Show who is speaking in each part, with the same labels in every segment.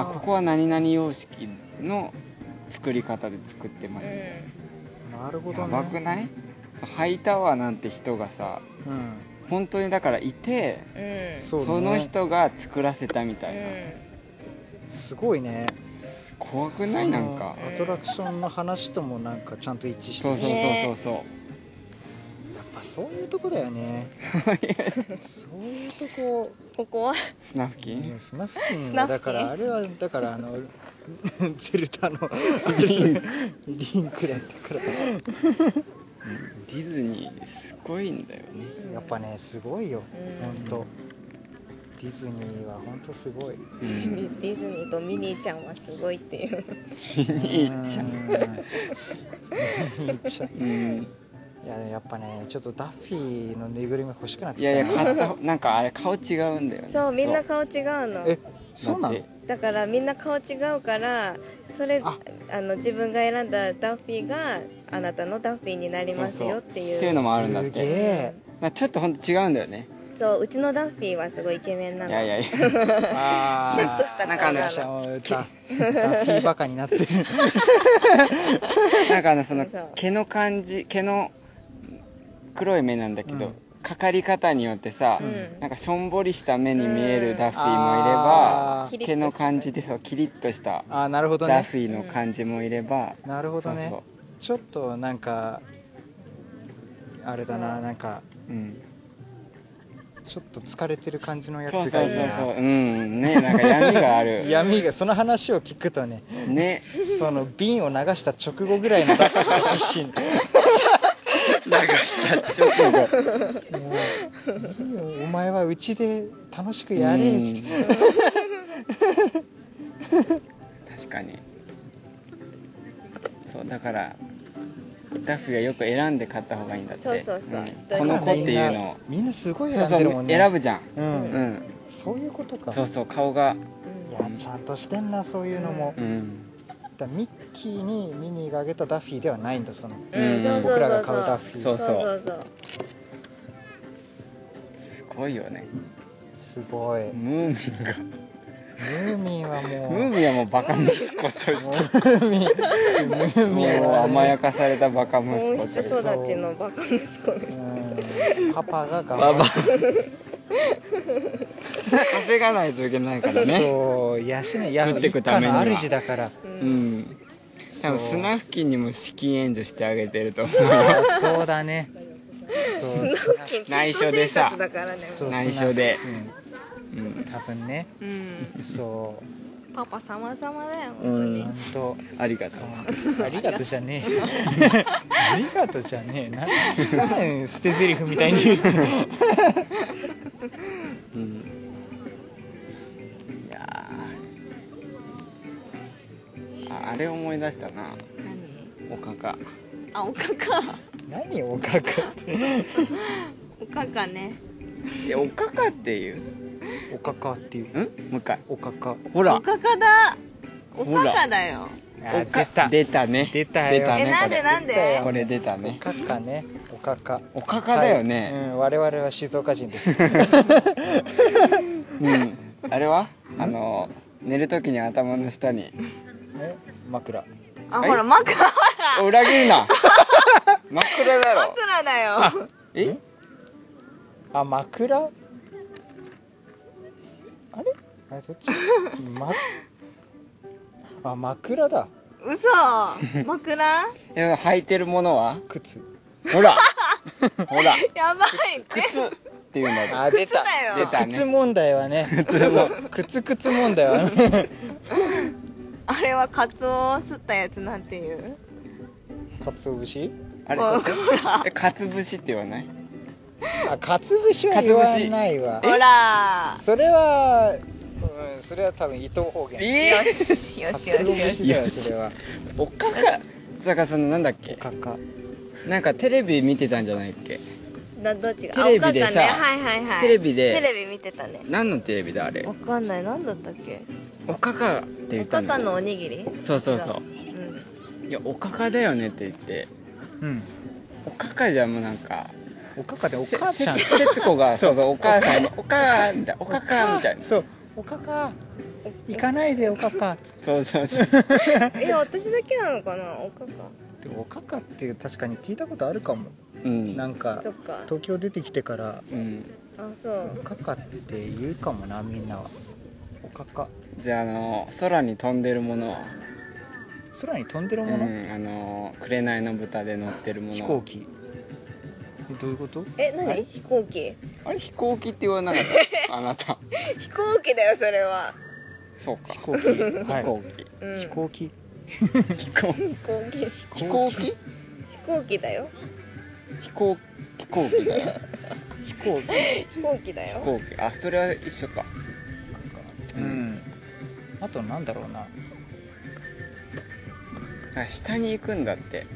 Speaker 1: あここは何々様式の作り方で作ってますみたいな
Speaker 2: なるほど
Speaker 1: や
Speaker 2: ね
Speaker 1: ばくないハイタワーなんて人がさ
Speaker 2: うん
Speaker 1: 本当にだからいて
Speaker 3: うん
Speaker 2: そ
Speaker 1: そ,、
Speaker 2: うね
Speaker 1: の人が作らせたみたいな、
Speaker 2: すごいね
Speaker 1: 怖くないなんか
Speaker 2: そのアトラクションの話ともなんかちゃんと一致して
Speaker 1: そう
Speaker 2: る
Speaker 1: そうそうそうそ
Speaker 2: やっぱそういうとこだよ ねそういうとこ
Speaker 3: うんここは
Speaker 1: うスナフキ
Speaker 2: うん
Speaker 1: ン
Speaker 2: スナフキン
Speaker 3: ス
Speaker 2: は
Speaker 3: ナフキン
Speaker 2: だからあれはだからあの ゼルダのリンクだったから
Speaker 1: ディズニーすごいんだよね
Speaker 2: やっぱねすごいよ
Speaker 3: うん
Speaker 2: 本当ディズニーは本当すごい
Speaker 1: うん
Speaker 3: ディズニーとミニーちゃんはすごいっていう
Speaker 1: ミニーちゃ
Speaker 2: うんミニーちゃん
Speaker 1: うん
Speaker 2: いやでもやっぱねちょっとダッフィーのぬいぐるみ欲しくなって
Speaker 1: い
Speaker 2: きた
Speaker 1: やい
Speaker 2: ね
Speaker 1: や買ったなんかあれ顔違うんだよね
Speaker 3: そうみんな顔違うの
Speaker 2: えそうな
Speaker 1: だ
Speaker 2: の
Speaker 1: って
Speaker 3: だからみんな顔違うからそれ
Speaker 2: あ
Speaker 3: あの自分が選んだダッフィーがあなたのダッフィーになりますよっていう
Speaker 1: っていうのもあるんだっ
Speaker 2: すげ
Speaker 1: て
Speaker 2: え
Speaker 1: まあちょっとほんと違うんだよね
Speaker 3: そううちのダッフィーはすごいイケメンなの
Speaker 1: いやいやいや
Speaker 2: あ
Speaker 3: シュッとした
Speaker 1: なんかあ
Speaker 3: 顔
Speaker 1: の
Speaker 3: な
Speaker 2: ダ
Speaker 3: の
Speaker 2: ッフィーバカに なってる
Speaker 1: なんかあのその
Speaker 3: そう
Speaker 1: 毛の感じ毛の黒い目なんだけど、
Speaker 2: うん
Speaker 1: かかり方によってさ、
Speaker 3: うん
Speaker 1: なんかしょんぼりした目に見えるダッフィーもいれば、
Speaker 2: あ
Speaker 3: ーキリッとした
Speaker 1: 毛の感じでそうキリッとした
Speaker 2: あーなるほど
Speaker 1: ダッ
Speaker 2: ね
Speaker 1: フィーの感じもいれば、
Speaker 2: なるほ
Speaker 1: そ
Speaker 2: ど
Speaker 1: う
Speaker 2: ね
Speaker 1: そ
Speaker 2: ちょっとなんかあれだな
Speaker 3: うん
Speaker 2: なんか
Speaker 1: う、うん、
Speaker 2: ちょっと疲れてる感じのやつ
Speaker 1: そうそうそ
Speaker 2: が
Speaker 1: う
Speaker 2: いいな
Speaker 1: そううんねなんか闇がある
Speaker 2: 闇がその話を聞くと ね
Speaker 1: ね
Speaker 2: その瓶を流した直後ぐらいのダッフィーが欲しいの
Speaker 1: 流した直後
Speaker 2: もういいよお前はうちで楽しくやれっつって
Speaker 1: うん確かにそうだからダッフィーがよく選んで買った方がいいんだって
Speaker 3: そうそうそう一人
Speaker 1: この子っていうのを
Speaker 2: みんなすごい
Speaker 1: そう
Speaker 2: 選ん
Speaker 1: そう
Speaker 2: でるもんね
Speaker 1: 選ぶじゃん、
Speaker 2: う
Speaker 1: うんん、
Speaker 2: そういうことか
Speaker 1: そうそう顔が
Speaker 2: い
Speaker 3: うん
Speaker 2: やちゃんとしてんなそういうのも、
Speaker 1: うん
Speaker 2: だからミッキーにミニーがあげたダッフィーではないんだその
Speaker 3: うん
Speaker 1: うん
Speaker 3: そうそうそうそう
Speaker 2: 僕らが買うダッフィー
Speaker 1: そう
Speaker 3: そうそう
Speaker 1: すごいよね
Speaker 2: すごい、ム
Speaker 1: ムーミンが
Speaker 2: ーミンはもう
Speaker 1: ムーミンはもうバカ息子とし
Speaker 2: ム
Speaker 1: て
Speaker 2: ーミンムーミン
Speaker 1: もう
Speaker 2: は
Speaker 1: 甘やかされたバカ息
Speaker 3: 温
Speaker 1: 子
Speaker 3: 室
Speaker 1: として
Speaker 3: 育ちのバカ息子です
Speaker 2: うんパパが
Speaker 1: バ
Speaker 2: 頑
Speaker 1: バ
Speaker 2: 張
Speaker 1: 稼がないといけないから
Speaker 2: る
Speaker 1: ね
Speaker 2: そう養いや
Speaker 1: 食ってく
Speaker 2: 一
Speaker 1: た
Speaker 2: 家
Speaker 1: めに
Speaker 2: の
Speaker 1: は
Speaker 2: 主だから
Speaker 3: う
Speaker 1: うんん多分スナフキンにも資金援助してあげてると思う
Speaker 2: あそうだねそう
Speaker 1: 内緒でさ
Speaker 3: だからね
Speaker 2: そう
Speaker 1: 内緒でう
Speaker 2: うん
Speaker 1: ん
Speaker 2: 多分ね
Speaker 3: うん
Speaker 2: そう
Speaker 3: パパ様々だよ本
Speaker 1: う
Speaker 3: 当
Speaker 1: ん
Speaker 3: に
Speaker 2: 本当
Speaker 1: ありがとう
Speaker 2: ありがとうじゃねえよありがとうじゃねえななん捨て台詞みたいに言って
Speaker 1: うんいやーああれ思い出したなおかか
Speaker 3: 何あおかか
Speaker 2: 何おかかって
Speaker 3: おかかね
Speaker 1: いやおかかっていう
Speaker 2: おかかっていうん
Speaker 1: もう一回
Speaker 2: おかか
Speaker 1: ほら
Speaker 3: おかかだお
Speaker 1: ほら
Speaker 3: かかだよ
Speaker 2: あ
Speaker 1: おか
Speaker 2: 出た
Speaker 1: 出たね
Speaker 2: 出た
Speaker 1: 出
Speaker 2: よ
Speaker 1: たね
Speaker 3: えなんでなんで
Speaker 1: これ出たね
Speaker 2: おかかねおかか
Speaker 1: おかかだよね、
Speaker 2: はいうん、我々は静岡人です
Speaker 1: うんあれはあの寝るときに頭の下に
Speaker 2: ね枕
Speaker 3: あ
Speaker 1: はい
Speaker 3: ほら枕ほら
Speaker 1: お裏切るな 枕だろ
Speaker 3: 枕だよ
Speaker 1: え
Speaker 2: あ枕あれあれどっち、ま、あ枕だ
Speaker 3: 嘘枕
Speaker 1: え履いてるものは
Speaker 2: 靴
Speaker 1: ほらほら
Speaker 3: やばいって
Speaker 1: 靴っていうんだよ
Speaker 2: あ出た
Speaker 3: だよ
Speaker 1: 出たね
Speaker 2: 靴問題はねそう靴靴問題 はね
Speaker 3: あれはカツオを吸ったやつなんていう
Speaker 2: かつお節
Speaker 1: あれ
Speaker 3: ほ
Speaker 1: えかつぶしって言わない
Speaker 2: あかつ節は言わないわ
Speaker 3: ほら
Speaker 2: それは、うん、それは多分伊藤方言
Speaker 3: よしよしよしよし
Speaker 2: いやそれは
Speaker 1: おかかだからそのなんだっけ
Speaker 2: かか
Speaker 1: なんかテレビ見てたんじゃないっけ
Speaker 3: などっちが
Speaker 1: テレビでさ
Speaker 3: あおかかねはいはいはい
Speaker 1: テレビで
Speaker 3: テレビ見てたね
Speaker 1: 何のテレビだあれ
Speaker 3: わかんない何だったっけ
Speaker 1: おかかって言
Speaker 3: お
Speaker 1: った
Speaker 3: か
Speaker 1: ん
Speaker 3: か
Speaker 1: だ
Speaker 3: の
Speaker 1: よ
Speaker 3: おにぎり
Speaker 1: そうそうそう
Speaker 3: うん
Speaker 1: ういやおかかだよねって言って
Speaker 2: うん
Speaker 1: おかかじゃもうなんか
Speaker 2: おかかでお母ちゃん
Speaker 1: せせ節子がそうそうお母さんに
Speaker 2: お
Speaker 1: おかかみたいなおかかみたいな
Speaker 2: そうおかか
Speaker 3: お
Speaker 2: 行かないでおかかっつっ
Speaker 1: そうそうそう
Speaker 3: え私だけなのかなおかか
Speaker 2: ておかかって確かに聞いたことあるかも
Speaker 1: うん
Speaker 2: なんか
Speaker 3: そっか
Speaker 2: 東京出てきてから
Speaker 1: うん
Speaker 3: あそう
Speaker 2: おかかって言うかもなみんなはおかか
Speaker 1: じゃああの空に飛んでるものは
Speaker 2: 空に飛んでる
Speaker 1: う
Speaker 2: もの、
Speaker 1: んあの紅の豚で乗ってるもの
Speaker 2: 飛行機えどういうこと
Speaker 3: え
Speaker 1: は
Speaker 3: 何
Speaker 1: い
Speaker 3: 飛行機
Speaker 1: あれ飛行機って言わなかった あなた
Speaker 3: 飛行機だよそれは
Speaker 1: そうか
Speaker 2: 飛行機、は
Speaker 1: 飛
Speaker 2: い、
Speaker 1: 行機
Speaker 3: うん
Speaker 2: 飛行機
Speaker 1: 飛行
Speaker 3: 飛行機
Speaker 1: 飛行機
Speaker 3: 飛行機だよ
Speaker 1: 飛行飛行機だよ
Speaker 2: 飛行機
Speaker 3: 飛行機だ
Speaker 1: 飛
Speaker 3: よ
Speaker 1: 行機あそれは一緒か
Speaker 2: う
Speaker 1: うんん
Speaker 2: あとなんだろうな
Speaker 1: あ下に行くんだって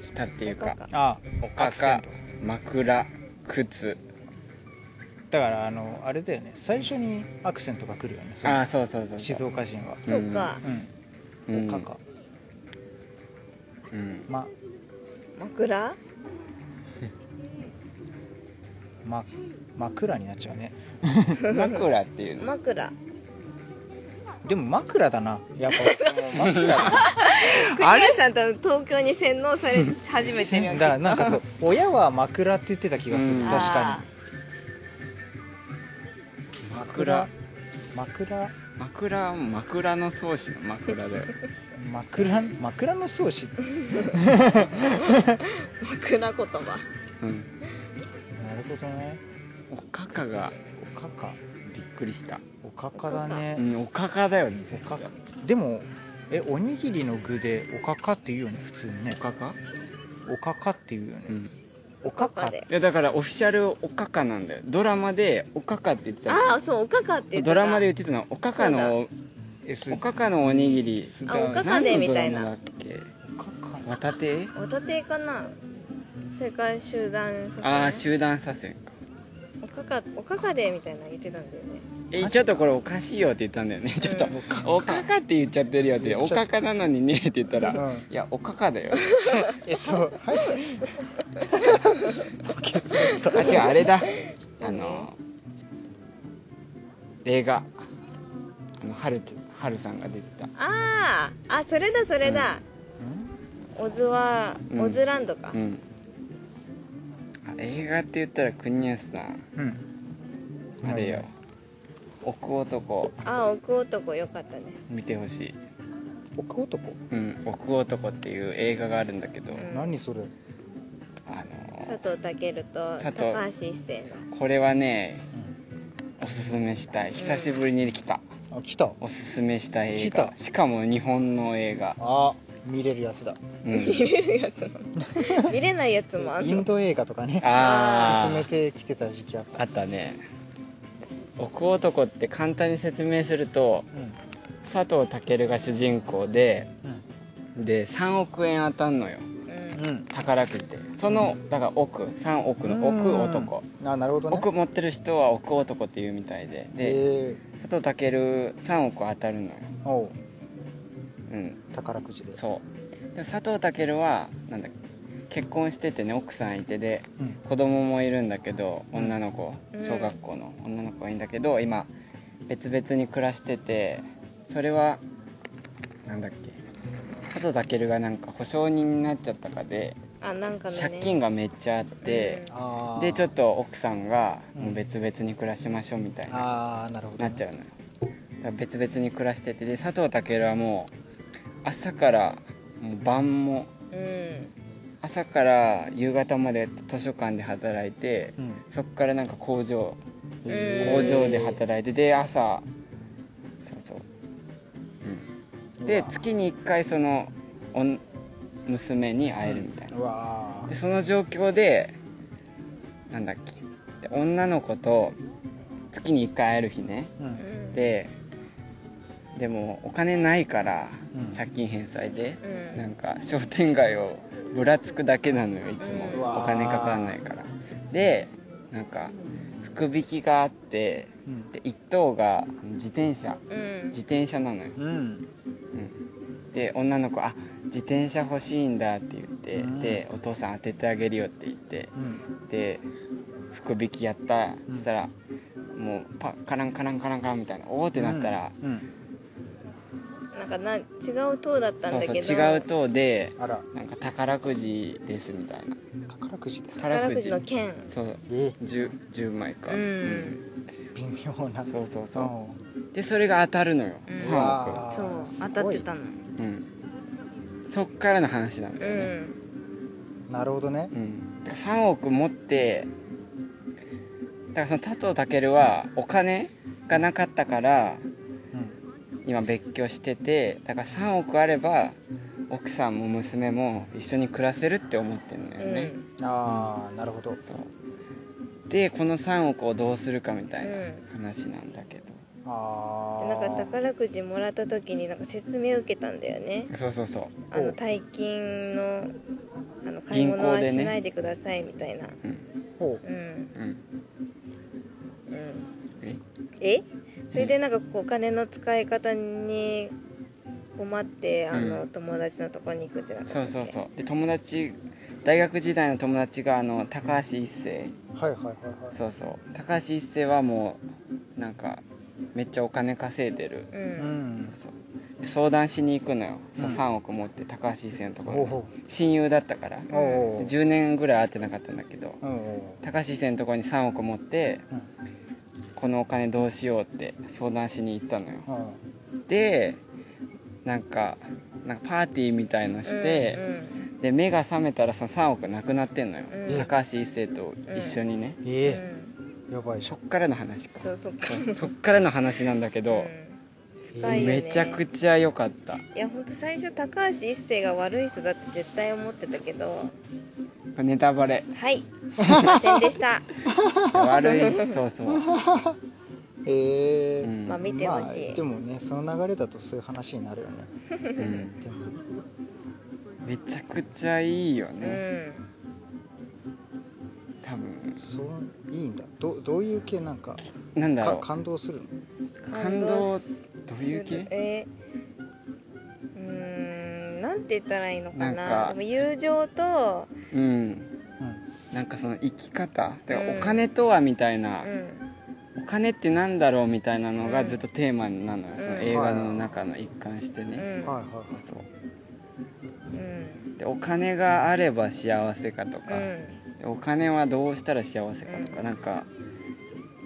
Speaker 1: 下っていうか
Speaker 3: おかか
Speaker 2: あ
Speaker 1: お
Speaker 2: ア
Speaker 1: か
Speaker 2: クセン
Speaker 1: か
Speaker 2: ト
Speaker 1: 枕靴
Speaker 2: だからあのあれだよね最初にアクセントが来るよねその
Speaker 1: あそうそうそう
Speaker 2: 静
Speaker 1: そう
Speaker 2: 岡人は
Speaker 3: そっか
Speaker 2: う
Speaker 1: うんん
Speaker 2: おかか
Speaker 1: うん
Speaker 2: ま
Speaker 3: 枕
Speaker 2: ま枕になっちゃうね
Speaker 1: 枕っていうの
Speaker 3: 枕
Speaker 2: でも枕だなやっぱ枕
Speaker 3: 栗原さんと東京に洗脳され始めてるよ
Speaker 2: だからなんかそう親は枕って言ってた気がする
Speaker 1: うん
Speaker 2: 確かに
Speaker 1: 枕
Speaker 2: 枕
Speaker 1: 枕枕の創始の枕だよ
Speaker 2: 枕枕の創始
Speaker 3: に枕言葉
Speaker 1: うん
Speaker 2: なるほどね
Speaker 1: おかかが
Speaker 2: おかか
Speaker 1: びっくりした
Speaker 2: おかかだね
Speaker 1: うんおかかだよね
Speaker 2: おかかでもえおにぎりの具でおかかって言うよね普通に
Speaker 1: お
Speaker 2: ね
Speaker 1: かか
Speaker 2: おかかって言うよ
Speaker 1: う
Speaker 2: ね
Speaker 1: ん
Speaker 2: おかか
Speaker 3: おかかで
Speaker 1: いやだからオフィシャルおかかなんだよドラマでおかかって言ってた
Speaker 3: ああそうおかかって言ってた
Speaker 1: ドラマで言ってたのおかかの
Speaker 2: えす
Speaker 1: おかかのおにぎり
Speaker 2: す
Speaker 3: あおかかでみたいな
Speaker 1: 何のドラマだっ
Speaker 2: おかか
Speaker 1: け綿手
Speaker 3: おたてかなそれから集団さ
Speaker 1: ああ集団左遷か
Speaker 3: おかかおかかでみたいなの言ってたんだよね
Speaker 1: えちょっとこれおかしいよって言ったんだよねちょっと
Speaker 3: うん
Speaker 1: 「おかか」って言っちゃってるよって「
Speaker 2: 言っ
Speaker 1: お
Speaker 2: ちゃっ
Speaker 1: かかなのにね」って言ったら
Speaker 2: うん
Speaker 1: 「いやおかかだよ
Speaker 2: えっと はい次」
Speaker 1: あ違うあれだあの映画あのはるちはるさんが出てた
Speaker 3: あーあそれだそれだ、オズは
Speaker 1: うん
Speaker 3: オズランドか、
Speaker 1: うんあ映画って言ったら国安さん
Speaker 2: うん
Speaker 1: あれよ
Speaker 2: はい
Speaker 1: 奥男
Speaker 3: ああ奥男よかったね
Speaker 1: 見てほしい
Speaker 2: 奥男
Speaker 1: うん、奥男っていう映画があるんだけど、
Speaker 3: うん
Speaker 2: 何それ
Speaker 1: あの
Speaker 3: 佐藤健と
Speaker 1: 佐藤
Speaker 3: 高橋一生の
Speaker 1: これはねおすすめしたい久しぶりに来た、
Speaker 2: あ来た
Speaker 1: おすすめしたい映
Speaker 2: 来
Speaker 1: 画
Speaker 2: た
Speaker 1: しかも日本の映画、
Speaker 2: あ見れるやつだ
Speaker 1: うん、
Speaker 3: 見れないやつもあん
Speaker 2: イ
Speaker 3: の
Speaker 2: ンド映画とかね
Speaker 1: あ
Speaker 2: 進め
Speaker 1: ー
Speaker 2: てきてた時期あった
Speaker 1: あったね奥男って簡単に説明すると
Speaker 2: うん
Speaker 1: 佐藤健が主人公でで3億円当たんのよ
Speaker 3: うん
Speaker 2: うん
Speaker 1: 宝くじでそのだから奥3億の奥男
Speaker 2: あなるほどね
Speaker 1: 奥持ってる人は奥男っていうみたいでで、
Speaker 2: え
Speaker 1: 佐藤健3億当たるのよ、
Speaker 2: ーおう
Speaker 1: うん、
Speaker 2: 宝くじで
Speaker 1: そうでも佐藤健はなんだっけ結婚しててね奥さんいてで
Speaker 2: うん
Speaker 1: 子供もいるんだけど女の子
Speaker 3: うん
Speaker 1: 小学校の女の子がいいんだけど今別々に暮らしててそれはなんだっけ佐藤健がなんか保証人になっちゃったかで
Speaker 3: あなんかのね
Speaker 1: 借金がめっちゃあって
Speaker 2: あー
Speaker 1: でちょっと奥さんが
Speaker 2: うん
Speaker 1: もう別々に暮らしましょうみたいな
Speaker 2: ああなるほど
Speaker 1: なっちゃうのよだから別々に暮らしててで佐藤健はもう朝からもう晩も
Speaker 3: うん
Speaker 1: 朝から夕方まで図書館で働いて
Speaker 2: うん
Speaker 1: そこからなんか工場
Speaker 3: へ
Speaker 1: 工
Speaker 3: ー
Speaker 1: 場で働いてで朝そうそう、うん、で月に1回そのおん娘に会えるみたいな
Speaker 2: うわ
Speaker 1: でその状況でなんだっけで女の子と月に1回会える日ね
Speaker 2: ーう
Speaker 3: うんん
Speaker 1: ででもお金ないから
Speaker 2: うん
Speaker 1: 借金返済で
Speaker 3: う、ん
Speaker 1: なんか商店街をぶらつくだけなのよいつ
Speaker 3: うんう
Speaker 1: も
Speaker 2: わー
Speaker 1: お金かかんないからでなんか福引きがあって
Speaker 2: うん
Speaker 1: で1等が自転車
Speaker 3: うん
Speaker 1: 自転車なのよ、
Speaker 2: うん
Speaker 1: うん、で女の子「あ自転車欲しいんだ」って言って、
Speaker 2: うん
Speaker 1: で「お父さん当ててあげるよ」って言って
Speaker 2: うん
Speaker 1: で福引きやった
Speaker 2: うん
Speaker 1: そしたら、もうパカランカランカランカランみたいなおおってなったら、
Speaker 2: うん
Speaker 3: なんかな違う塔だったん
Speaker 1: そう
Speaker 3: だ
Speaker 1: そう
Speaker 3: けど
Speaker 1: 違う塔で
Speaker 2: あら
Speaker 1: なんか宝くじですみたいな
Speaker 2: 宝くじです
Speaker 3: 宝くじの券
Speaker 1: そう
Speaker 2: え
Speaker 1: 10, 10枚か、
Speaker 3: うん
Speaker 2: 微妙な
Speaker 1: そうそう
Speaker 2: う
Speaker 1: そ
Speaker 2: ん
Speaker 1: うでそれが当たるのよ、
Speaker 3: うん
Speaker 1: 三3
Speaker 2: あー
Speaker 3: そう
Speaker 2: す
Speaker 3: 当
Speaker 2: ごい
Speaker 3: たってたの
Speaker 1: 億、うん、そっからの話なん
Speaker 3: う
Speaker 1: だよね、
Speaker 3: ん
Speaker 2: なるほどね
Speaker 1: うんだから3億持ってだからその佐藤健はお金がなかったから
Speaker 2: うん
Speaker 1: 今別居しててだから3億あれば奥さんも娘も一緒に暮らせるって思ってるんだ
Speaker 3: う
Speaker 1: よね、
Speaker 3: ん
Speaker 2: ああなるほど
Speaker 1: そうでこの3億をどうするかみたいな
Speaker 3: うん
Speaker 1: 話なんだけど、
Speaker 2: あ
Speaker 3: で
Speaker 2: あ
Speaker 3: なんか宝くじもらった時になんか説明受けたんだよね
Speaker 1: そうそうそう
Speaker 3: あ
Speaker 2: お
Speaker 3: の
Speaker 2: う
Speaker 3: 大金のあの買い物
Speaker 1: 銀
Speaker 3: は
Speaker 1: 行で
Speaker 3: し
Speaker 1: ね
Speaker 3: ないでくださいみたいな、
Speaker 1: うん
Speaker 2: ほ
Speaker 3: うん
Speaker 1: うん
Speaker 3: うん
Speaker 1: え
Speaker 3: えそれでなんかこうお金の使い方に困ってあの、
Speaker 1: うん
Speaker 3: 友達のとこに行くってなった
Speaker 1: そ
Speaker 3: っ
Speaker 1: う
Speaker 3: け
Speaker 1: そうそうで友達大学時代の友達があの高橋一生
Speaker 2: うはいはいはいはい
Speaker 1: そうそう高橋一生はもうなんかめっちゃお金稼いでる
Speaker 3: う
Speaker 2: うん
Speaker 1: そうんそうで相談しに行くのよ、そう
Speaker 2: うん
Speaker 1: 3億持って高橋一生のとこ
Speaker 2: ほう
Speaker 1: ろ
Speaker 2: ほ
Speaker 1: に親友だったから
Speaker 2: うおうおう
Speaker 1: 10年ぐらい会ってなかったんだけど
Speaker 2: うんうん
Speaker 1: 高橋一生のところに3億持って
Speaker 2: うん
Speaker 1: このお金どうしようって相談しに行ったのよ
Speaker 2: うん
Speaker 1: でなんかなんかパーティーみたいのして、で目が覚めたらその3億なくなってんのよ、
Speaker 3: うん
Speaker 1: 高橋一生と一緒にね、
Speaker 3: うん
Speaker 2: ええやばいじゃ
Speaker 1: そ
Speaker 2: ん
Speaker 1: っからの話か
Speaker 3: そうそっか
Speaker 1: そうそっからの話なんだけど、
Speaker 3: ん深いよね
Speaker 1: めちゃくちゃ良かった
Speaker 3: いや本当最初高橋一生が悪い人だって絶対思ってたけど
Speaker 1: ネタバレ
Speaker 3: はいすいませんでした、
Speaker 1: 悪いそうそう、
Speaker 2: ええ
Speaker 1: うん
Speaker 3: まあ見てほしい、
Speaker 2: でもねその流れだとそういう話になるよね
Speaker 1: うん
Speaker 2: でも
Speaker 1: めちゃくちゃいいよ ね、
Speaker 3: う
Speaker 1: 多分
Speaker 2: そういいんだどどういう系なんか
Speaker 1: なんだ
Speaker 2: か
Speaker 1: ろう
Speaker 2: 感動するの
Speaker 3: ん
Speaker 1: 感動どういう
Speaker 3: する
Speaker 1: 系
Speaker 3: えうーんなんて言ったらいいのか
Speaker 1: な
Speaker 3: な
Speaker 1: んか
Speaker 3: でも友情と
Speaker 1: うん
Speaker 2: うん
Speaker 1: なんかその生き方だから
Speaker 3: うん
Speaker 1: お金とはみたいうな、
Speaker 3: ん
Speaker 1: お金ってなんだろうみたいなの
Speaker 3: う
Speaker 1: が
Speaker 3: ん
Speaker 1: ずっとテーマなのよ、
Speaker 3: うん
Speaker 1: その映画の中の一環して
Speaker 3: う
Speaker 1: ね、
Speaker 3: ん
Speaker 2: はいはいはい
Speaker 1: そう
Speaker 3: うん
Speaker 1: でお金があれば幸せかとか、
Speaker 3: うん
Speaker 1: でお金はどうしたら幸せかとか、
Speaker 3: うん
Speaker 1: なんか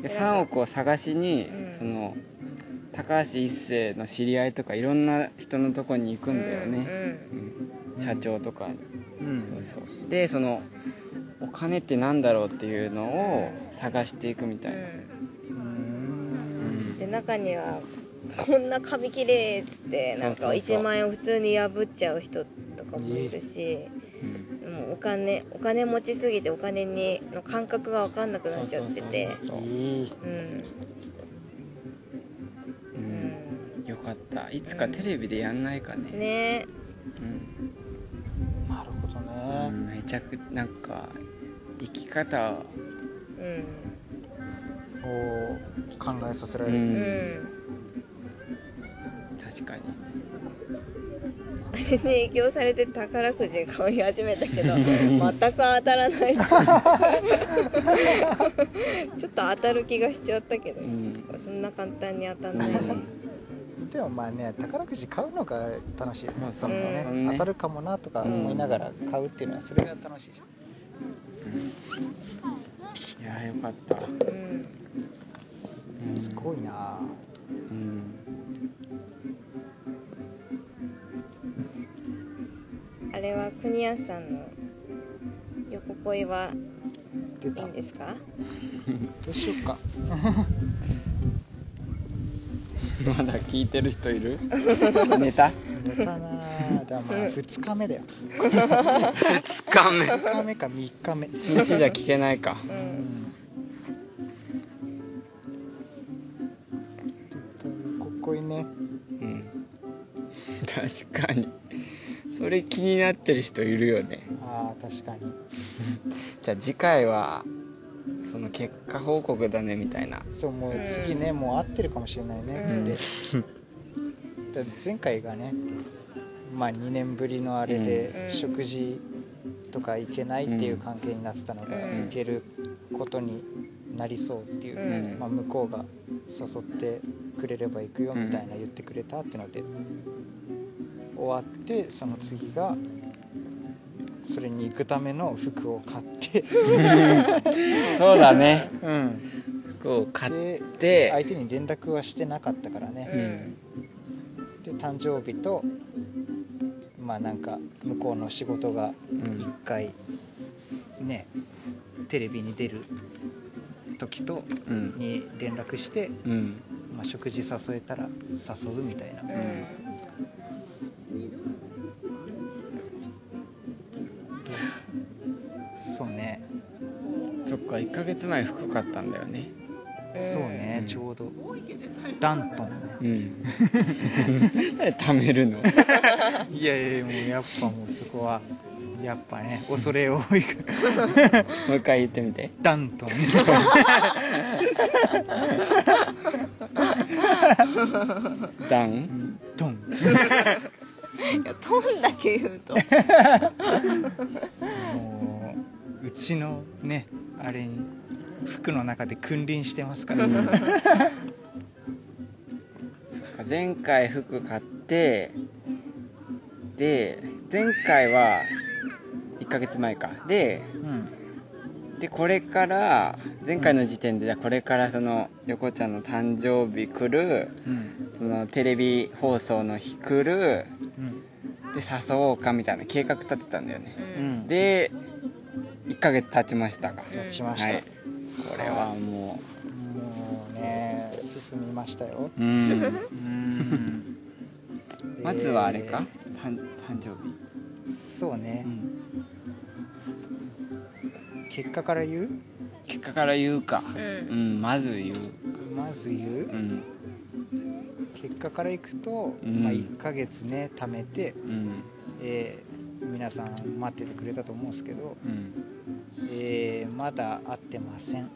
Speaker 1: で
Speaker 3: 選ぶ
Speaker 1: 3億を探しに、
Speaker 3: うん
Speaker 1: その高橋一生の知り合いとかいろんな人のとこに行くんだよね、
Speaker 3: う
Speaker 1: うん社長とかに、
Speaker 2: うん
Speaker 1: そうそうでそのお金ってなんだろうっていうのを探していくみたいな、
Speaker 2: うー
Speaker 1: うん
Speaker 3: んで中にはこんな紙切れっつってなん
Speaker 1: そう
Speaker 3: か
Speaker 1: そうそう
Speaker 3: 1万円を普通に破っちゃう人とかもいるし、
Speaker 1: うん
Speaker 3: もうお金お金持ちすぎてお金にの感覚が分かんなくなっちゃってて
Speaker 1: そうそうそうそう
Speaker 2: いい
Speaker 3: うん
Speaker 1: う
Speaker 3: うんん
Speaker 1: よかったいつかテレビでやんないかね、
Speaker 3: ね
Speaker 1: うん
Speaker 2: なるほど
Speaker 1: う
Speaker 2: ね
Speaker 1: んめちゃくなんか生き方
Speaker 3: うん
Speaker 2: を考えさせら
Speaker 1: う、
Speaker 2: れる
Speaker 3: うんん
Speaker 1: 確かに
Speaker 3: あれに影響されて宝くじ買い始めた けど全く当たらない ちょっと当たる気がしちゃったけど、
Speaker 1: うん
Speaker 3: そんな簡単に当た
Speaker 1: うん
Speaker 3: ない、
Speaker 1: ん
Speaker 2: でもまあね宝くじ買うのが楽しいよね
Speaker 1: そう
Speaker 3: そう
Speaker 2: の
Speaker 3: そう
Speaker 1: ね
Speaker 2: 当たるかもなとか思いながら買うっていうのはそれが楽しいじゃ
Speaker 1: い
Speaker 2: ん
Speaker 1: やよかった、う
Speaker 3: うん
Speaker 1: ん、
Speaker 2: すごいなあ
Speaker 1: うん
Speaker 3: あれは国安さんの横恋は
Speaker 2: 出
Speaker 3: いい
Speaker 2: た
Speaker 3: んですか
Speaker 2: どうしようか
Speaker 1: まだ聞いてる人い るネタ
Speaker 2: 出たなあだからまあ2日 目だよ
Speaker 1: つかめ
Speaker 2: 2日目か3日目
Speaker 1: 一日じゃ聞けないか
Speaker 3: う
Speaker 2: うんんここいね
Speaker 1: うん確かにそれ気になってる人いるよね
Speaker 2: ああ確かに
Speaker 1: じゃあ次回はその結果報告だねみたいな
Speaker 2: そうもう
Speaker 3: うん
Speaker 2: 次ね、もう合ってるかもしれないねっつって、だって前回がねまあ2年ぶりのあれ
Speaker 3: う
Speaker 2: で
Speaker 3: ん
Speaker 2: 食事とか行けないっていう
Speaker 1: うん
Speaker 2: 関係になってたのが、
Speaker 3: うん
Speaker 2: 行けることになりそうっていう、
Speaker 3: うん
Speaker 2: まあ、向こうが誘ってくれれば行くよ
Speaker 1: うん
Speaker 2: みたいな言ってくれたってので終わってその次がそれに行くための服を買って、
Speaker 1: そうだね
Speaker 2: うん、
Speaker 1: 服を買っ
Speaker 2: で
Speaker 1: て
Speaker 2: 相手に連絡はしてなかったからね、
Speaker 1: うん
Speaker 2: で誕生日とまあなんか向こうの仕事が
Speaker 1: うん
Speaker 2: 一回ねテレビに出る時と
Speaker 1: うん
Speaker 2: に連絡して、
Speaker 1: うん
Speaker 2: まあ、食事誘えたら誘うみたいな
Speaker 3: うん
Speaker 2: そうね
Speaker 1: そっか1ヶ月前服買ったんだよね
Speaker 2: そうね、
Speaker 1: うん
Speaker 2: ちょうどダントンね
Speaker 1: うん なんで貯めるの
Speaker 2: いやいやもうやっぱもうそこはやっぱね恐れ多いから
Speaker 1: もう一回言ってみて
Speaker 2: ダントン
Speaker 1: ダン
Speaker 2: ドン
Speaker 3: いやトンだけ言うと
Speaker 2: もううちのねあれに服の中で君臨してますから、
Speaker 1: うん前回服買ってで前回は1ヶ月前かで
Speaker 2: うん
Speaker 1: でこれから前回の時点でこれからその横ちゃんの誕生日来る
Speaker 2: うん
Speaker 1: そのテレビ放送の日来るで誘おうかみたいな計画立てたんだよね
Speaker 3: う
Speaker 2: うんん
Speaker 1: で1ヶ月経ちましたが
Speaker 2: 立ちました、
Speaker 1: はいこれはも
Speaker 2: もうね進みましたよ
Speaker 1: ううん
Speaker 2: うーん
Speaker 1: まずはあれか、誕誕生日、
Speaker 2: えーそうね
Speaker 1: う、ん、
Speaker 2: 結果から言う
Speaker 1: 結果から言うか
Speaker 3: うん
Speaker 1: うんまず言う
Speaker 2: まず言う
Speaker 1: うん
Speaker 2: 結果からいくと、
Speaker 1: うん
Speaker 2: まあ、1ヶ月ね貯めて、
Speaker 1: うん
Speaker 2: えー皆さん待っててくれたと思うんですけど、
Speaker 1: うん、
Speaker 2: えーまだ会ってません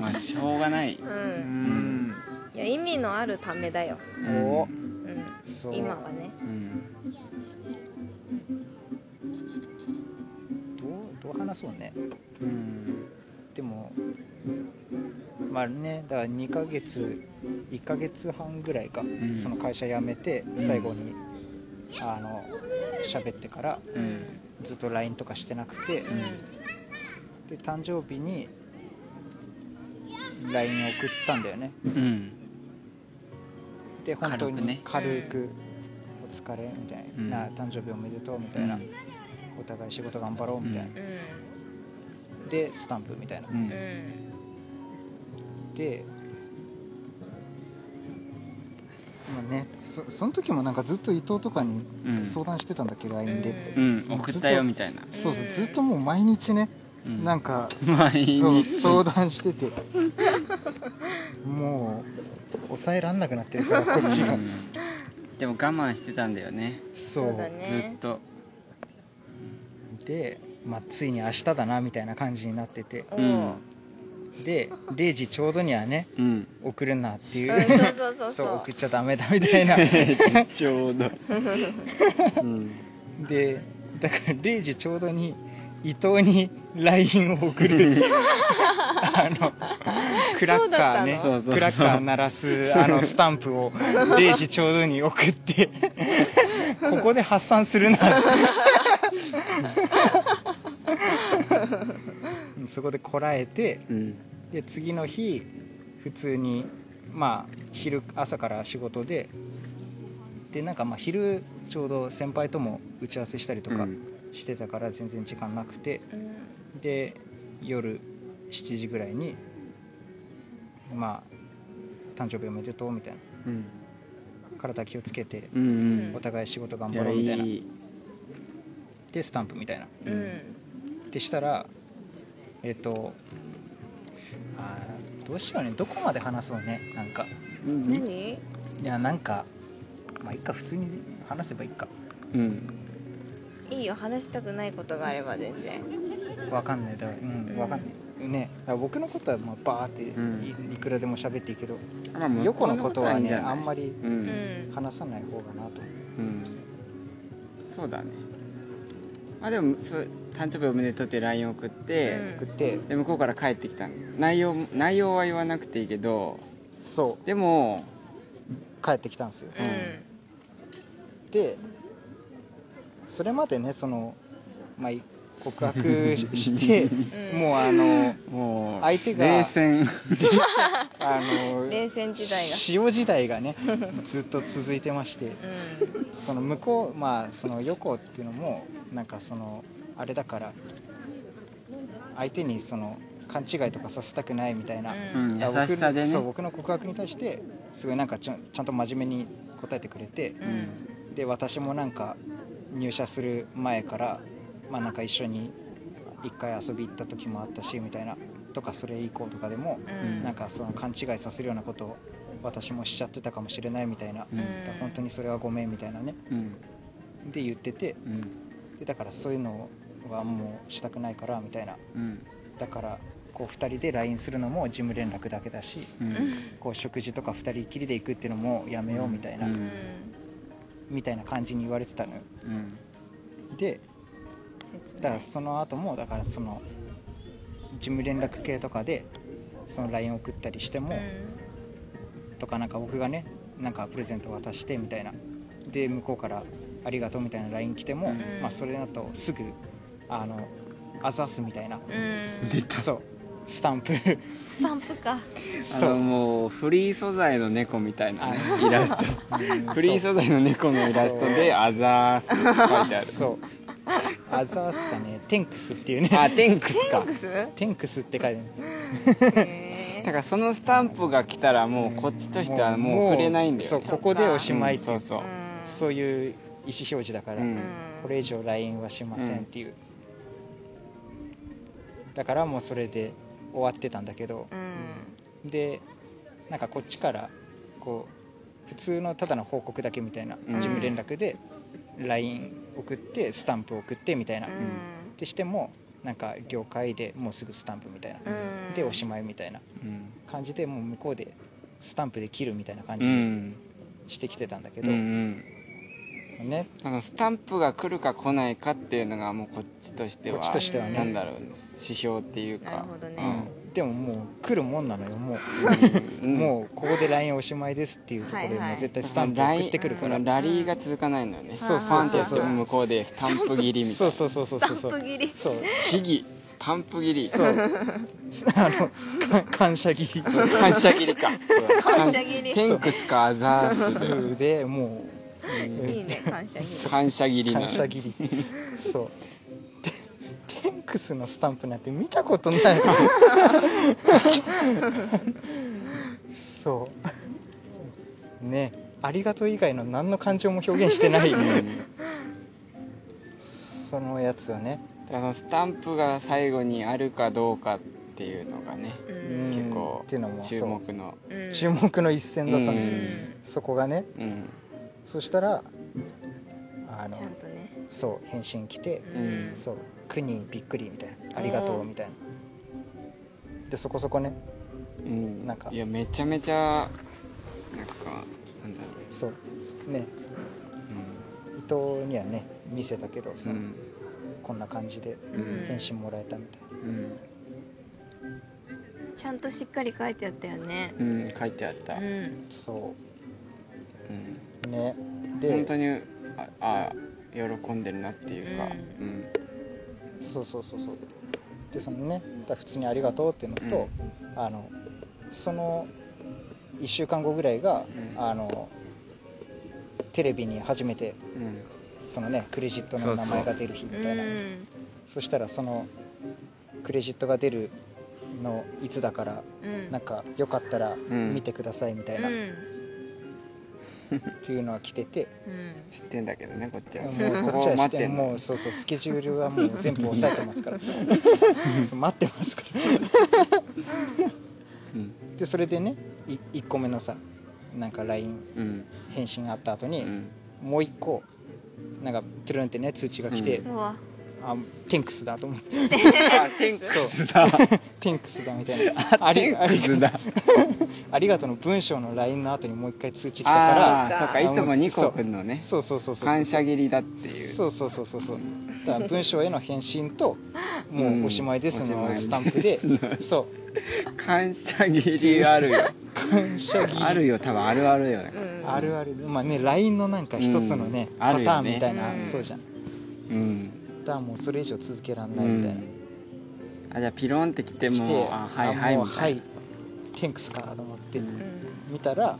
Speaker 1: まあしょうがないう
Speaker 2: うん
Speaker 1: ん
Speaker 3: いや意味のあるためだよ、
Speaker 2: お
Speaker 3: う、
Speaker 1: うん
Speaker 2: そう
Speaker 3: 今はね
Speaker 1: ん
Speaker 2: どうどう話そうね
Speaker 1: うん
Speaker 2: でもまあねだから2ヶ月1ヶ月半ぐらいか、
Speaker 1: ん
Speaker 2: その会社辞めて
Speaker 1: ん
Speaker 2: 最後に、あの喋ってから
Speaker 1: う
Speaker 3: うんん
Speaker 2: ずっと LINE とかしてなくて、
Speaker 3: うん
Speaker 2: で誕生日に LINE を送ったんだよね
Speaker 1: うん
Speaker 2: で本当
Speaker 1: 軽く
Speaker 2: に
Speaker 1: ね
Speaker 2: 軽く「お疲れ」みたい
Speaker 1: うん
Speaker 2: な「な誕生日おめでとう」みたいな、お互い仕事頑張ろう」みたいな、
Speaker 3: うん
Speaker 2: でスタンプみたいな、
Speaker 1: うん
Speaker 3: うん
Speaker 2: でまあねそその時もなんかずっと伊藤とかに
Speaker 1: うん
Speaker 2: 相談してたんだっけ、LINE で、
Speaker 1: う、
Speaker 3: うん
Speaker 1: 送ったよみたいな、
Speaker 2: そうそうずっともう毎日ね、
Speaker 1: うん、
Speaker 2: なんか
Speaker 1: 毎日
Speaker 2: そう相談してて もう抑えらんなくなってる からこっちが、
Speaker 1: でも我慢してたんだよね
Speaker 2: そ
Speaker 3: そう
Speaker 2: う
Speaker 1: ず
Speaker 3: だね
Speaker 1: っと
Speaker 2: で、まあ、ついに明日だなみたいな感じになってて
Speaker 3: お
Speaker 1: う
Speaker 3: うん
Speaker 2: で0時ちょうどにはね
Speaker 1: うん
Speaker 2: 送るなっていう、
Speaker 3: うんそうそうそう
Speaker 2: そ
Speaker 3: そうう
Speaker 2: 送っちゃダメだみたいな
Speaker 1: ちょうど、 うん、
Speaker 2: でだから0時ちょうどに伊藤に LINE を送るっていうあのクラッカーね
Speaker 1: そうだったの
Speaker 2: クラッカー鳴らすあのスタンプを0時ちょうどに送ってここで発散するな ってそこでこらえて
Speaker 1: うん
Speaker 2: で次の日普通にまあ昼朝から仕事ででなんかまあ昼ちょうど先輩とも打ち合わせしたりと
Speaker 1: う
Speaker 2: か
Speaker 1: ん
Speaker 2: してたから全然時間なくて、
Speaker 3: うん
Speaker 2: で夜7時ぐらいにまあ誕生日おめでとうみたいな
Speaker 1: うん
Speaker 2: 体気をつけて
Speaker 1: うんうん
Speaker 2: お互い仕事頑
Speaker 1: い
Speaker 2: 張
Speaker 1: や
Speaker 2: ろうみたいない
Speaker 1: い
Speaker 2: でスタンプみたいな
Speaker 3: うん
Speaker 2: でしたらえっ、とあーどうしようねどこまで話そうねなんか
Speaker 1: うん
Speaker 3: 何
Speaker 2: いやなんかまあいいか普通に話せばいいか
Speaker 1: うん
Speaker 3: いいよ話したくないことがあれば全然
Speaker 2: わかんないだからうんわかんないねだから僕のことはまあバーってい,、
Speaker 1: うん
Speaker 2: いくらでも喋っていいけど
Speaker 1: まあ
Speaker 2: 横のことはい
Speaker 1: い
Speaker 2: ね
Speaker 1: じゃない
Speaker 2: あんまり
Speaker 1: う、
Speaker 3: うんん
Speaker 2: 話さない方がなと
Speaker 1: うん、そうだねまあでもそう誕生日おめでとうって LINE 送って、
Speaker 2: 送って、
Speaker 1: で向こうから帰ってきたの内容内容は言わなくていいけど
Speaker 2: そ
Speaker 1: でも
Speaker 2: 帰ってきたんですよ
Speaker 1: うん
Speaker 2: でそれまでねその、まあ、い告白 しして
Speaker 3: うん
Speaker 2: もうあの
Speaker 1: もう
Speaker 2: 相手が
Speaker 1: 冷戦
Speaker 2: あ
Speaker 3: う ん
Speaker 2: の
Speaker 3: 冷戦時代が
Speaker 2: 潮時代がねずっと続いてまして
Speaker 3: うん
Speaker 2: その向こうまあその横っていうのもなんかそのあれだから相手にその勘違いとかさせたくないみたいな、
Speaker 1: うん
Speaker 2: だから
Speaker 1: 優しさでね
Speaker 2: 僕のそう僕の告白に対してすごいなんかちゃんちゃんと真面目に答えてくれて
Speaker 3: う
Speaker 1: うんん
Speaker 2: で私もなんか入社する前からまあなんか一緒に一回遊び行った時もあったしみたいなとかそれ以降とかでも
Speaker 3: う
Speaker 1: うん
Speaker 2: なんかその勘違いさせるようなことを私もしちゃってたかもしれないみたいな、
Speaker 1: う
Speaker 3: うん
Speaker 1: ん
Speaker 2: だから本当にそれはごめんみたいなね
Speaker 1: うん
Speaker 2: で言ってて
Speaker 1: うん
Speaker 2: でだからそういうのはもうしたくないからみたいな
Speaker 1: うん
Speaker 2: だからこう2人で LINE するのも事務連絡だけだし
Speaker 1: うん
Speaker 2: こう食事とか2人きりで行くっていうのもやめようみたいな、
Speaker 1: うん
Speaker 3: うん
Speaker 2: みたいな感じに言われてたのよ
Speaker 1: うん
Speaker 2: で
Speaker 3: 切ない
Speaker 2: だからその後もだからその事務連絡系とかでその LINE 送ったりしても、とかなんか僕がねなんかプレゼント渡してみたいなで向こうから「ありがとう」みたいな LINE 来て
Speaker 1: う
Speaker 2: も、
Speaker 1: ん
Speaker 2: まあ、それだとすぐあの「あざす」みたいな、
Speaker 3: うんうん
Speaker 1: 出た
Speaker 2: そうスタンプ
Speaker 3: スタンプ か
Speaker 1: あの
Speaker 2: そう
Speaker 1: もうフリー素材の猫みたいなね
Speaker 2: あ
Speaker 1: イラスト
Speaker 2: うん
Speaker 1: フリー
Speaker 2: そ
Speaker 1: 素材の猫のイラストで「あざーす」って書いてあ
Speaker 2: う そう「あざす」かね「テンクス」っていうね
Speaker 1: るあテンクス
Speaker 3: テ
Speaker 1: か
Speaker 3: ンクスへ
Speaker 2: テンクスって書いてある
Speaker 1: だ
Speaker 3: え
Speaker 1: からそのスタンプが来たらもうこっちとしてはもう触れないんだよ
Speaker 2: そう
Speaker 1: ね
Speaker 2: ここでおしまいって
Speaker 1: そ
Speaker 2: いうう、
Speaker 1: そう
Speaker 2: そういう意思表示だから、
Speaker 1: うん
Speaker 2: これ以上 LINE はしませんっていう、だからもうそれで終わってたんだけど
Speaker 3: うん
Speaker 2: でなんかこっちからこう普通のただの報告だけみたいな
Speaker 1: うん
Speaker 2: 事務連絡で LINE 送ってスタンプ送ってみたいな、
Speaker 3: う
Speaker 2: っ
Speaker 3: ん
Speaker 2: てしてもなんか了解でもうすぐスタンプみたいな、
Speaker 3: うん
Speaker 2: でおしまいみたいな
Speaker 1: うん
Speaker 2: 感じでもう向こうでスタンプで切るみたいな感
Speaker 1: う
Speaker 2: じに
Speaker 1: ん
Speaker 2: してきてたんだけ
Speaker 1: うんう
Speaker 2: ど、
Speaker 1: ん
Speaker 2: ね
Speaker 1: あのスタンプが来るか来ないかっていうのがもうこっちとしては
Speaker 2: こっちとしてはね
Speaker 1: なんだろうね指標っていうか
Speaker 3: なるほどね
Speaker 2: うんでももう来るもんなのよもう。
Speaker 1: うん
Speaker 2: もうここで LINE おしまいですっていうところで
Speaker 3: はい
Speaker 2: も
Speaker 3: は
Speaker 2: う
Speaker 3: い
Speaker 2: 絶対スタ
Speaker 1: そ
Speaker 2: ン
Speaker 1: の
Speaker 2: プ
Speaker 1: ラ
Speaker 2: 送
Speaker 1: イン
Speaker 2: ってくるから、
Speaker 1: そのラリーが続かないのよね
Speaker 3: そうそうそう
Speaker 1: ファンってやっても向こうでスタンプ切りみたい
Speaker 2: そう
Speaker 1: な
Speaker 2: そうそうそうそうそ
Speaker 3: スタン
Speaker 2: う
Speaker 3: プ切り
Speaker 2: そう
Speaker 1: 木々スタンプ切り
Speaker 2: そうあのか感謝切り
Speaker 1: 感謝切りか
Speaker 3: 感謝切り
Speaker 1: テンクスかアザース
Speaker 2: でも
Speaker 1: で
Speaker 3: いいね感謝切
Speaker 1: 感謝切
Speaker 2: う
Speaker 1: りなの
Speaker 2: 感謝切りそうテテンクスのスタンプなんて見たことないそうねありがとう以外の何の感情も表現してない
Speaker 1: うん
Speaker 2: そのやつをね
Speaker 1: あのスタンプが最後にあるかどうかっていうのがね
Speaker 3: りう
Speaker 2: うん
Speaker 3: ん
Speaker 1: 結構
Speaker 2: っていうのも
Speaker 1: 注目の
Speaker 3: うん
Speaker 2: 注目の一戦だったんです
Speaker 3: う
Speaker 2: よ、
Speaker 3: ん
Speaker 2: そこがね
Speaker 1: うん
Speaker 2: そしたらあの
Speaker 3: ちゃんとね
Speaker 2: そう返信来て
Speaker 3: う、
Speaker 1: うん
Speaker 2: そう「国びっくり」みたいな「ありがと
Speaker 3: う
Speaker 2: う」
Speaker 3: ん
Speaker 2: みたいなでそこそこね
Speaker 1: うん
Speaker 2: なんか
Speaker 1: いやめちゃめちゃなんかなんだろ
Speaker 2: そうね伊藤にはね見せたけど
Speaker 1: う
Speaker 2: そ
Speaker 1: うん
Speaker 2: の
Speaker 1: うん
Speaker 2: こんな感じで
Speaker 3: うん
Speaker 2: 返信もらえたみたい
Speaker 1: うん
Speaker 3: ちゃんとしっかり書いてあったよね
Speaker 1: うん書いてあっ
Speaker 3: う
Speaker 1: た、うん
Speaker 3: ん
Speaker 2: なそ
Speaker 1: うん、
Speaker 2: うね
Speaker 1: 本
Speaker 2: で
Speaker 1: 当にああ喜んでるなっていうか、う
Speaker 3: う
Speaker 1: ん
Speaker 2: そうそうそうそうでそのねだから普通に「ありがとう」っていうのと、あのその1週間後ぐらいが、
Speaker 1: うん
Speaker 2: あのテレビに初めて
Speaker 1: うん
Speaker 2: そのねクレジットの名前が出る日み
Speaker 3: う
Speaker 2: たいなそ
Speaker 3: ん
Speaker 2: したらそのクレジットが出るのいつだから
Speaker 3: うん
Speaker 2: なんかよかったら
Speaker 1: ん
Speaker 2: 見てくださいみたいな、
Speaker 3: う
Speaker 2: っ
Speaker 3: ん
Speaker 2: ていうのは来てて、
Speaker 3: うん
Speaker 1: 知ってんだけどねこっちは
Speaker 2: もうこっ
Speaker 1: こ
Speaker 2: ち
Speaker 1: を
Speaker 2: はし
Speaker 1: 待っててんの
Speaker 2: もうそうそうスケジュールはもう全部押さえてますから そう待ってますから
Speaker 1: うん
Speaker 2: でそれでねい1個目のさなんか LINE
Speaker 1: うん
Speaker 2: 返信があった後
Speaker 1: う
Speaker 2: に、
Speaker 1: ん
Speaker 2: もう1個なんかトゥルンってね通知が来て、
Speaker 1: う
Speaker 3: うわ
Speaker 2: あテンクスだと思って
Speaker 1: あテ ンクスだ
Speaker 2: テンクスだみたいなありあり
Speaker 1: テンクスだ
Speaker 2: あり がとうの文章の LINE の後にもう一回通知来
Speaker 1: あ
Speaker 2: たか
Speaker 1: あー
Speaker 3: そ
Speaker 1: そ
Speaker 3: っ
Speaker 1: っ
Speaker 3: か
Speaker 1: かいつもニコくんの
Speaker 2: ら
Speaker 1: ね
Speaker 2: そうそうそうそう
Speaker 1: 感謝切りだっていう
Speaker 2: そうそうそうそうそうだから文章への返信ともうおしまいで
Speaker 1: う
Speaker 2: す
Speaker 1: んおし
Speaker 2: の
Speaker 1: まい
Speaker 2: スタンプ でそう
Speaker 1: 感謝切りあるよ
Speaker 2: 感謝切 り
Speaker 1: あるよ多分あるあるよね
Speaker 3: うん
Speaker 2: あるあるまあね LINE のなんか一つのね、
Speaker 1: うん
Speaker 2: パ
Speaker 1: あ
Speaker 2: タ
Speaker 1: る
Speaker 2: ー
Speaker 1: よ
Speaker 2: ン
Speaker 1: ね
Speaker 2: みたいな、
Speaker 3: うん
Speaker 2: そうじゃん
Speaker 1: うん
Speaker 2: だからもうそれ以上続けられないみたいな、
Speaker 1: うんあじゃあピロンって来て
Speaker 2: 来
Speaker 1: も
Speaker 2: て
Speaker 1: あはいはい
Speaker 2: もう
Speaker 1: みた
Speaker 2: はいい
Speaker 1: な
Speaker 2: テンクスかと思って、
Speaker 1: うん
Speaker 2: 見たら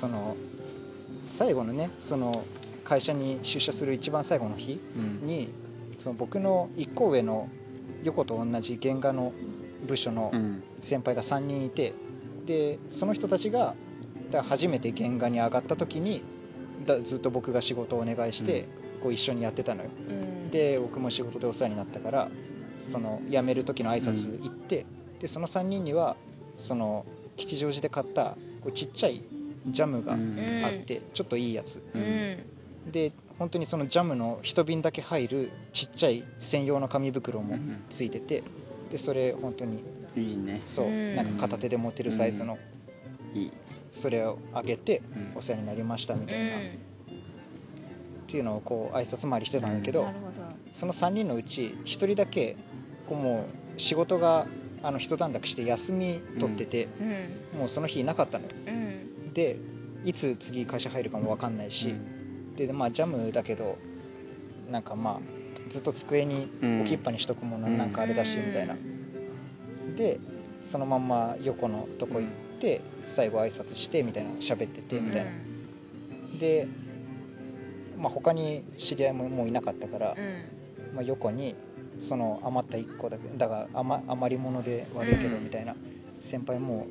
Speaker 2: その最後のねその会社に出社する一番最後の日
Speaker 1: うん
Speaker 2: にその僕の1個上の横と同じ原画の部署の
Speaker 1: うん
Speaker 2: 先輩が3人いてでその人たちがだから初めて原画に上がった時にだずっと僕が仕事をお願いして、こう一緒にやってたのよ
Speaker 3: うん
Speaker 2: で僕も仕事でお世話になったからその辞める時の挨拶行って、でその3人にはその吉祥寺で買ったこうちっちゃいジャムが
Speaker 1: うん
Speaker 2: あって、ちょっといいやつ
Speaker 3: うん
Speaker 2: で本当にそのジャムの一瓶だけ入るちっちゃい専用の紙袋もついてて、でそれ本当に
Speaker 1: いいね
Speaker 2: そう、
Speaker 3: うん
Speaker 2: なんか片手で持てるサイズの
Speaker 1: いい
Speaker 2: それをあげて
Speaker 1: うん
Speaker 2: お世話になりましたみ
Speaker 3: う
Speaker 2: たいな、っ
Speaker 3: ん
Speaker 2: ていうのをこう挨拶回りしてたんだけど、
Speaker 3: なるほど
Speaker 2: その3人のうち1人だけこうもう仕事があの一段落して休み取ってて、
Speaker 3: うん
Speaker 2: もうその日いなかったのよ
Speaker 3: うん
Speaker 2: でいつ次会社入るかも分かんないし、でまあジャムだけどなんかまあずっと机に置きっぱにしとくもの
Speaker 1: うん
Speaker 2: なんかあれだしみたいな、でそのまんま横のとこ行って最後挨拶してみたいな喋っててみたいな、で、まあ、他に知り合いももういなかったから、
Speaker 3: うん
Speaker 2: まあ、横にその余った1個だけだが余余り物で悪いけど
Speaker 3: うん
Speaker 2: みたいな、先輩も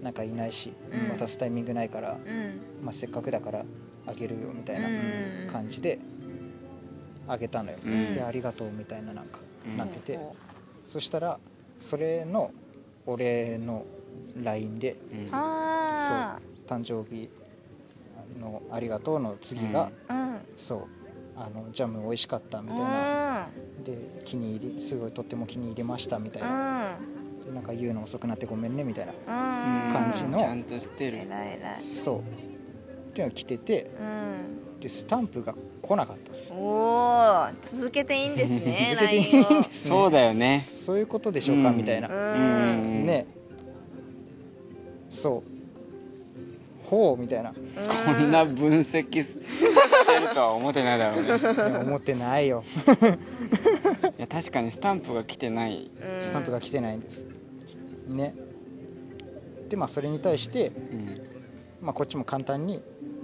Speaker 2: うなんかいないし、
Speaker 3: うん
Speaker 2: 渡すタイミングないから、
Speaker 3: うん
Speaker 2: まあ、せっかくだからあげるよみたいな、
Speaker 3: うん
Speaker 2: 感じであげたのよ、
Speaker 1: うん
Speaker 2: でありがとうみたいななんか
Speaker 1: うん
Speaker 2: なってて、そしたらそれの俺の LINE で
Speaker 1: うん
Speaker 3: あ
Speaker 2: 誕生日のありがとうの次が、
Speaker 3: あうん
Speaker 2: そうあのジャム美味しかったみたいな、
Speaker 3: な
Speaker 2: で気に入りすごいとっても気に入りましたみたいな、
Speaker 3: な
Speaker 2: でなんか言うの遅くなってごめんねみたいな、
Speaker 3: 感
Speaker 2: 感じの
Speaker 1: ちゃんとしてる
Speaker 3: えらいえらい
Speaker 2: そうっていうのが来てて
Speaker 3: うん
Speaker 2: でスタンプが来なかったです
Speaker 3: おお続けていいんですね
Speaker 2: 続けていいん
Speaker 3: LINE を
Speaker 2: ですね
Speaker 1: そうだよね
Speaker 2: そういうことでしょうか、
Speaker 1: うん
Speaker 2: みたいな、
Speaker 3: うん
Speaker 2: ねそうほうみ たいな、ね
Speaker 1: こんな分析すしてるとは思ってないだろう ね
Speaker 2: 思ってないよ
Speaker 1: いや確かにスタンプが来てない
Speaker 2: スタンプが来てないんですねでまあそれに対して、
Speaker 1: うん
Speaker 2: まあ、こっちも簡単に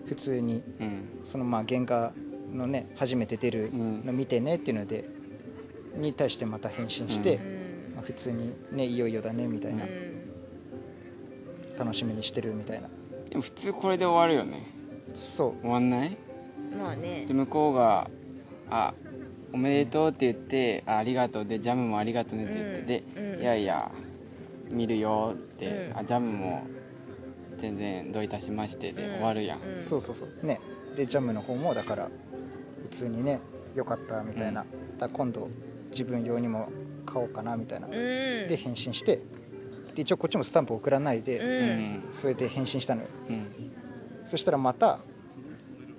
Speaker 2: 普通に
Speaker 1: うん
Speaker 2: そのまあ原画のね初めて出る
Speaker 1: うん
Speaker 2: の見てねっていうのでに対してまた返信して、まあ普通にねいよいよだねみたいな、楽しみにしてるみたいな
Speaker 1: でも普通これで終わるよね
Speaker 2: そう
Speaker 1: 終わんない
Speaker 3: まあね
Speaker 1: で向こうが「あおめでとう」って言って「あありがとう」で「ジャムもありがとうね」って言って
Speaker 3: う
Speaker 1: で
Speaker 3: ん
Speaker 1: 「
Speaker 3: うん
Speaker 1: いやいや見るよ」って「
Speaker 3: うん
Speaker 1: あジャムも全然どういたしまして」で
Speaker 3: うん
Speaker 1: 終わるやん
Speaker 3: うん
Speaker 2: そうそうそうねでジャムの方もだから普通にね良かったみたいな、
Speaker 1: うん
Speaker 2: だから今度自分用にも買おうかなみたいな、
Speaker 3: うん
Speaker 2: で返信してで一応こっちもスタンプ送らないで、
Speaker 1: う
Speaker 3: うん
Speaker 1: ん
Speaker 2: それで返信したのよ
Speaker 1: うん
Speaker 2: そしたらまた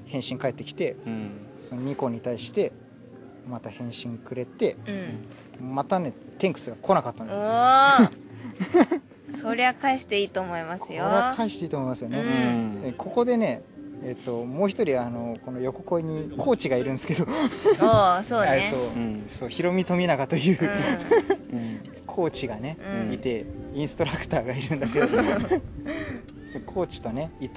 Speaker 2: 返信返ってきて
Speaker 1: うん
Speaker 2: その2個に対してまた返信くれて
Speaker 3: うん
Speaker 2: またねテンクスが来なかったん
Speaker 3: お
Speaker 2: ですよ
Speaker 3: おそりゃ返していいと思いま
Speaker 2: こ
Speaker 3: す
Speaker 2: れ
Speaker 3: よ
Speaker 2: は返していいと思いますよ
Speaker 1: う
Speaker 2: ね、
Speaker 1: ん
Speaker 2: でここでねえっともう一人あのこの横恋にコーチがいるんですけど
Speaker 3: おおそう
Speaker 2: えっ
Speaker 3: ね
Speaker 2: と、
Speaker 1: うん
Speaker 2: そうヒロミ富永という、
Speaker 3: う
Speaker 1: うん
Speaker 2: コーチがね、
Speaker 3: うん
Speaker 2: いてインストラクターがいるんだけど そうコーチとね伊藤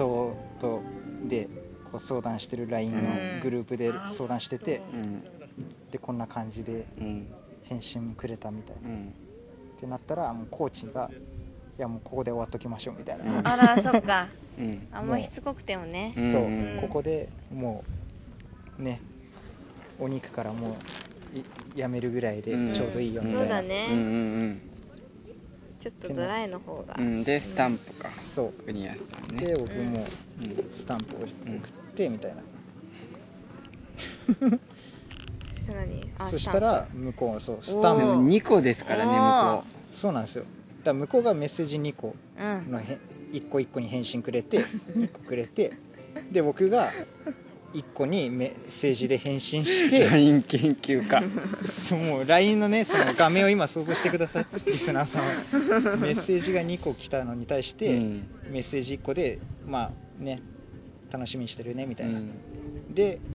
Speaker 2: とでこう相談してる LINE
Speaker 3: うん
Speaker 2: のグループで相談してて、
Speaker 1: うん
Speaker 2: でこんな感じで
Speaker 1: うん
Speaker 2: 返信くれたみたいな、
Speaker 1: う
Speaker 2: っ
Speaker 1: ん
Speaker 2: てなったらもうコーチが「いやもうここで終わっときましょう」みたいな、
Speaker 1: うん
Speaker 3: んあらそっ か
Speaker 1: うん
Speaker 3: あんましつこくてもね
Speaker 1: ん
Speaker 2: そう、
Speaker 1: うん
Speaker 2: ここでもうねお肉からもういやめるぐらいでちょうどいいよみたいな、
Speaker 3: そうだ
Speaker 1: う
Speaker 3: ね
Speaker 1: んうん
Speaker 3: ちょっとドライの方が
Speaker 1: うんうんでスタンプか
Speaker 2: そ
Speaker 1: 国安さん
Speaker 2: う
Speaker 1: ね
Speaker 2: で僕も、
Speaker 1: うん
Speaker 2: スタンプを送ってみたいな、
Speaker 3: そしたら何あ
Speaker 2: そしたら向こうはそうスタ
Speaker 3: お
Speaker 2: ン
Speaker 1: で
Speaker 2: プ
Speaker 1: も2個ですからね向こ
Speaker 2: そうなんですよだから向こうがメッセージ2個
Speaker 3: スタンプ
Speaker 2: のへ1個1個に返信くれ て2個くれてで僕が1個にメッセージで返信し
Speaker 1: う
Speaker 2: て
Speaker 1: LINE 研究家
Speaker 2: そうもう LINE のねその画面を今想像してくださいリスナーさんはメッセージが2個来たのに対して、
Speaker 1: うん
Speaker 2: メッセージ1個でまあね楽しみにしてるねみた
Speaker 1: う
Speaker 2: いな、
Speaker 1: ん
Speaker 2: で